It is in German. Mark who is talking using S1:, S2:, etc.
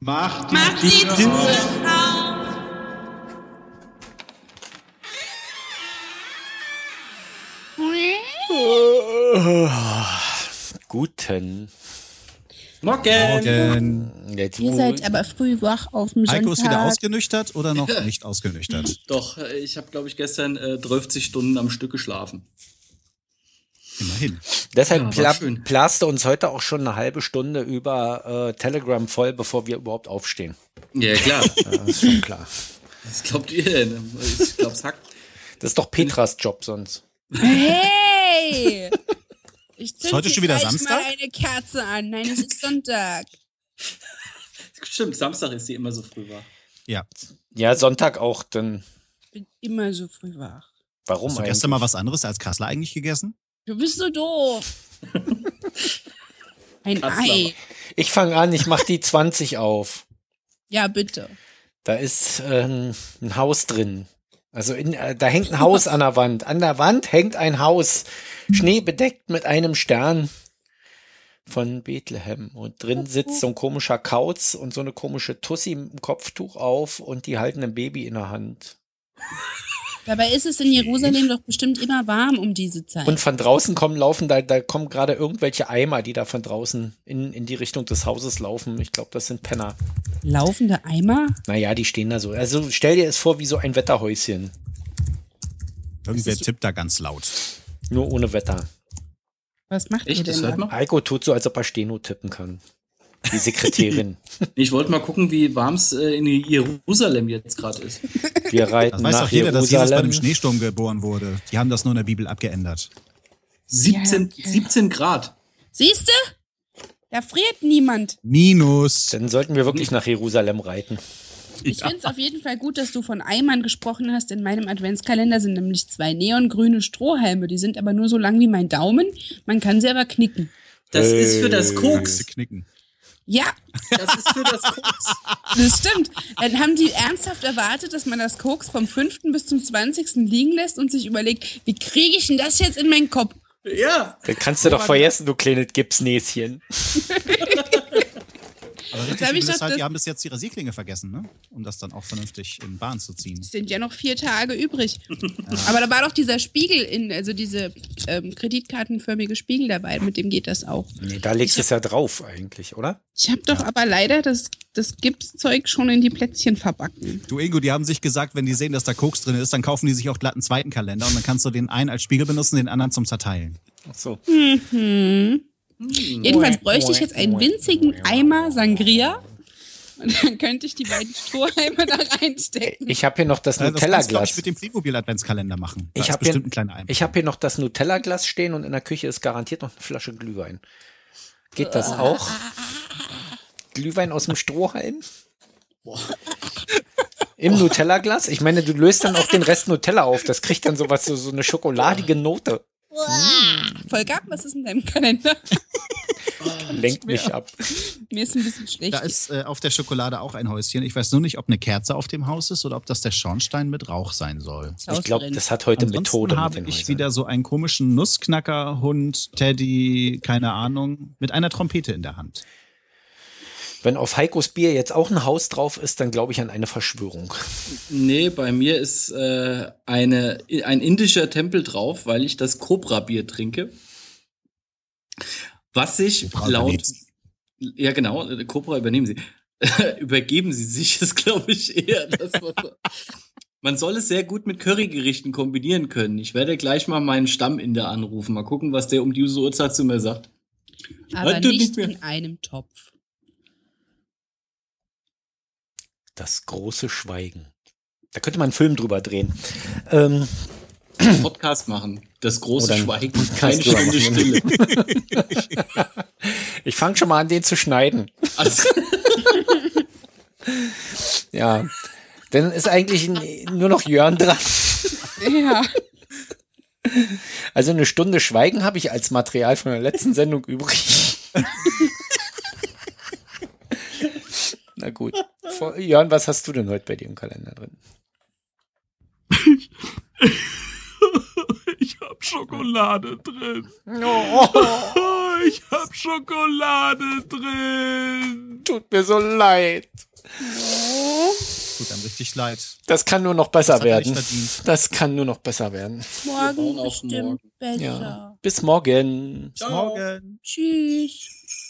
S1: Mach die,
S2: Mach die
S1: Tür
S2: Tür
S1: auf.
S2: auf.
S3: Guten.
S4: Morgen!
S1: Morgen.
S3: Jetzt
S5: Ihr seid aber früh wach auf dem
S1: Heiko ist wieder
S5: Sonntag.
S1: ausgenüchtert oder noch nicht ausgenüchtert?
S4: Doch, äh, ich habe, glaube ich, gestern äh, 12 Stunden am Stück geschlafen.
S1: Immerhin.
S4: Ja,
S3: Deshalb
S4: war
S3: pla
S4: schön.
S3: plaste uns heute auch schon eine halbe Stunde über äh, Telegram voll, bevor wir überhaupt aufstehen.
S4: Ja, klar.
S3: Das ist schon klar.
S4: Was glaubt ihr denn? Ich glaub's hackt.
S3: Das ist doch Petras Job sonst.
S5: Hey! Ich zünd
S1: heute
S5: dir
S1: schon wieder
S5: gleich
S1: Samstag?
S5: mal eine Kerze an. Nein, es ist Sonntag.
S4: Stimmt, Samstag ist sie immer so früh war.
S1: Ja.
S3: Ja, Sonntag auch, dann
S5: Ich bin immer so früh wach.
S3: warum
S1: Hast du
S3: eigentlich?
S1: gestern mal was anderes als Kassler eigentlich gegessen?
S5: Du bist so doof. Ein
S4: Kassler.
S5: Ei.
S3: Ich fange an, ich mache die 20 auf.
S5: Ja, bitte.
S3: Da ist ähm, ein Haus drin. Also in, äh, da hängt ein Haus an der Wand. An der Wand hängt ein Haus, schneebedeckt mit einem Stern von Bethlehem. Und drin sitzt so ein komischer Kauz und so eine komische Tussi mit einem Kopftuch auf und die halten ein Baby in der Hand.
S5: Dabei ist es in Jerusalem doch bestimmt immer warm um diese Zeit.
S3: Und von draußen kommen laufen, da, da kommen gerade irgendwelche Eimer, die da von draußen in, in die Richtung des Hauses laufen. Ich glaube, das sind Penner.
S5: Laufende Eimer?
S3: Naja, die stehen da so. Also stell dir es vor wie so ein Wetterhäuschen.
S1: Irgendwer tippt da ganz laut.
S3: Nur ohne Wetter.
S5: Was macht ihr
S4: Echt? Das
S5: denn
S4: hört
S5: da?
S4: man?
S3: Heiko tut so, als ob er Steno tippen kann. Die Sekretärin.
S4: Ich wollte mal gucken, wie warm's äh, in Jerusalem jetzt gerade ist.
S3: Wir
S1: Das
S3: reiten
S1: weiß
S3: nach
S1: doch jeder, dass Jesus bei
S3: Jerusalem.
S1: einem Schneesturm geboren wurde. Die haben das nur in der Bibel abgeändert.
S4: 17,
S5: Ja, okay.
S4: 17 Grad.
S5: Siehst du? Da friert niemand.
S1: Minus.
S3: Dann sollten wir wirklich nach Jerusalem reiten.
S5: Ich finde es auf jeden Fall gut, dass du von Eimern gesprochen hast. In meinem Adventskalender sind nämlich zwei neongrüne Strohhalme. Die sind aber nur so lang wie mein Daumen. Man kann sie aber knicken.
S4: Das ist für das
S1: Achse
S4: Koks.
S1: knicken.
S5: Ja,
S4: Das ist für das Koks.
S5: das stimmt. Dann haben die ernsthaft erwartet, dass man das Koks vom 5. bis zum 20. liegen lässt und sich überlegt, wie kriege ich denn das jetzt in meinen Kopf?
S4: Ja.
S3: Dann kannst du doch vergessen, du kleines Gipsnäschen.
S1: Aber
S5: hab
S1: richtig übel
S5: ich
S1: ist
S5: doch
S1: halt,
S5: das-
S1: die haben bis jetzt die Rasierklinge vergessen, ne? Um das dann auch vernünftig in Bahn zu ziehen.
S5: Es sind ja noch vier Tage übrig. Aber da war doch dieser Spiegel in, also diese ähm, kreditkartenförmige Spiegel dabei, mit dem geht das auch.
S3: Nee, da legst du es ja drauf eigentlich, oder?
S5: Ich habe doch aber leider das, das Gipszeug schon in die Plätzchen verbacken.
S1: Du Ingo, die haben sich gesagt, wenn die sehen, dass da Koks drin ist, dann kaufen die sich auch glatt einen zweiten Kalender und dann kannst du den einen als Spiegel benutzen, den anderen zum Zerteilen.
S3: Ach so.
S5: Jedenfalls bräuchte ich jetzt einen winzigen Eimer Sangria. Und dann könnte ich die beiden Strohhalme da reinstecken.
S3: Ich habe hier noch das
S1: Äh, das kannst du, glaub ich,
S3: Nutella-Glas.
S1: mit dem Playmobil-Adventskalender machen. Da
S3: Ich
S1: ist
S3: habe
S1: bestimmt
S3: hier,
S1: ein kleiner Eimer.
S3: ich hab hier noch das Nutella-Glas stehen und in der Küche ist garantiert noch eine Flasche Glühwein. Geht das auch? Glühwein aus dem Strohhalm? Im Nutella-Glas? Ich meine, du löst dann auch den Rest Nutella auf. Das kriegt dann sowas, so, so eine schokoladige Note.
S5: Volker, was ist in deinem Kalender?
S3: Lenkt mich ab.
S5: Mir ist ein bisschen schlecht.
S1: Da ist äh, auf der Schokolade auch ein Häuschen. Ich weiß nur nicht, ob eine Kerze auf dem Haus ist oder ob das der Schornstein mit Rauch sein soll.
S5: Ich
S3: Ich glaube, das hat heute
S1: Ansonsten
S3: Methode
S1: habe
S3: mit den
S1: ich
S3: Häusern.
S1: wieder so einen komischen Nussknackerhund, Teddy, keine Ahnung, mit einer Trompete in der Hand.
S3: Wenn auf Heikos Bier jetzt auch ein Haus drauf ist, dann glaube ich an eine Verschwörung.
S4: Nee, bei mir ist äh, eine, ein indischer Tempel drauf, weil ich das Cobra-Bier trinke. Was sich
S1: Cobra
S4: laut.
S1: überlebt.
S4: Ja, genau, äh, Cobra übernehmen sie. Übergeben sie sich, ist, glaube ich, eher das Wort. Man soll es sehr gut mit Currygerichten kombinieren können. Ich werde gleich mal meinen Stamminder anrufen. Mal gucken, was der um diese Uhrzeit zu mir sagt.
S5: aber
S4: Heute
S5: nicht
S4: nicht mehr.
S5: in einem Topf.
S3: Das große Schweigen. Da könnte man einen Film drüber drehen. Ähm,
S4: Podcast machen. Das große
S3: Oder ein
S4: Schweigen.
S3: Podcast
S4: Keine
S3: drüber
S4: Stunde
S3: machen.
S4: Stille.
S3: ich fange schon mal an, den zu schneiden.
S4: Also,
S3: Ja. Dann ist eigentlich n- nur noch Jörn dran.
S5: Ja.
S3: Also eine Stunde Schweigen habe ich als Material von der letzten Sendung übrig. Na gut. Vor- Jörn, was hast du denn heute bei dir im Kalender drin?
S6: Ich hab Schokolade drin.
S3: Oh,
S6: Oh,
S2: ich hab Schokolade drin.
S3: Tut mir so leid.
S1: Tut einem richtig leid.
S3: Das kann nur noch besser
S1: Das hat er nicht
S3: werden.
S1: verdient.
S3: Das kann nur noch besser werden.
S4: bauen
S5: Morgen
S4: auf
S5: bestimmt
S4: morgen.
S5: besser.
S3: Ja. Bis morgen.
S1: Bis morgen.
S5: Tschüss.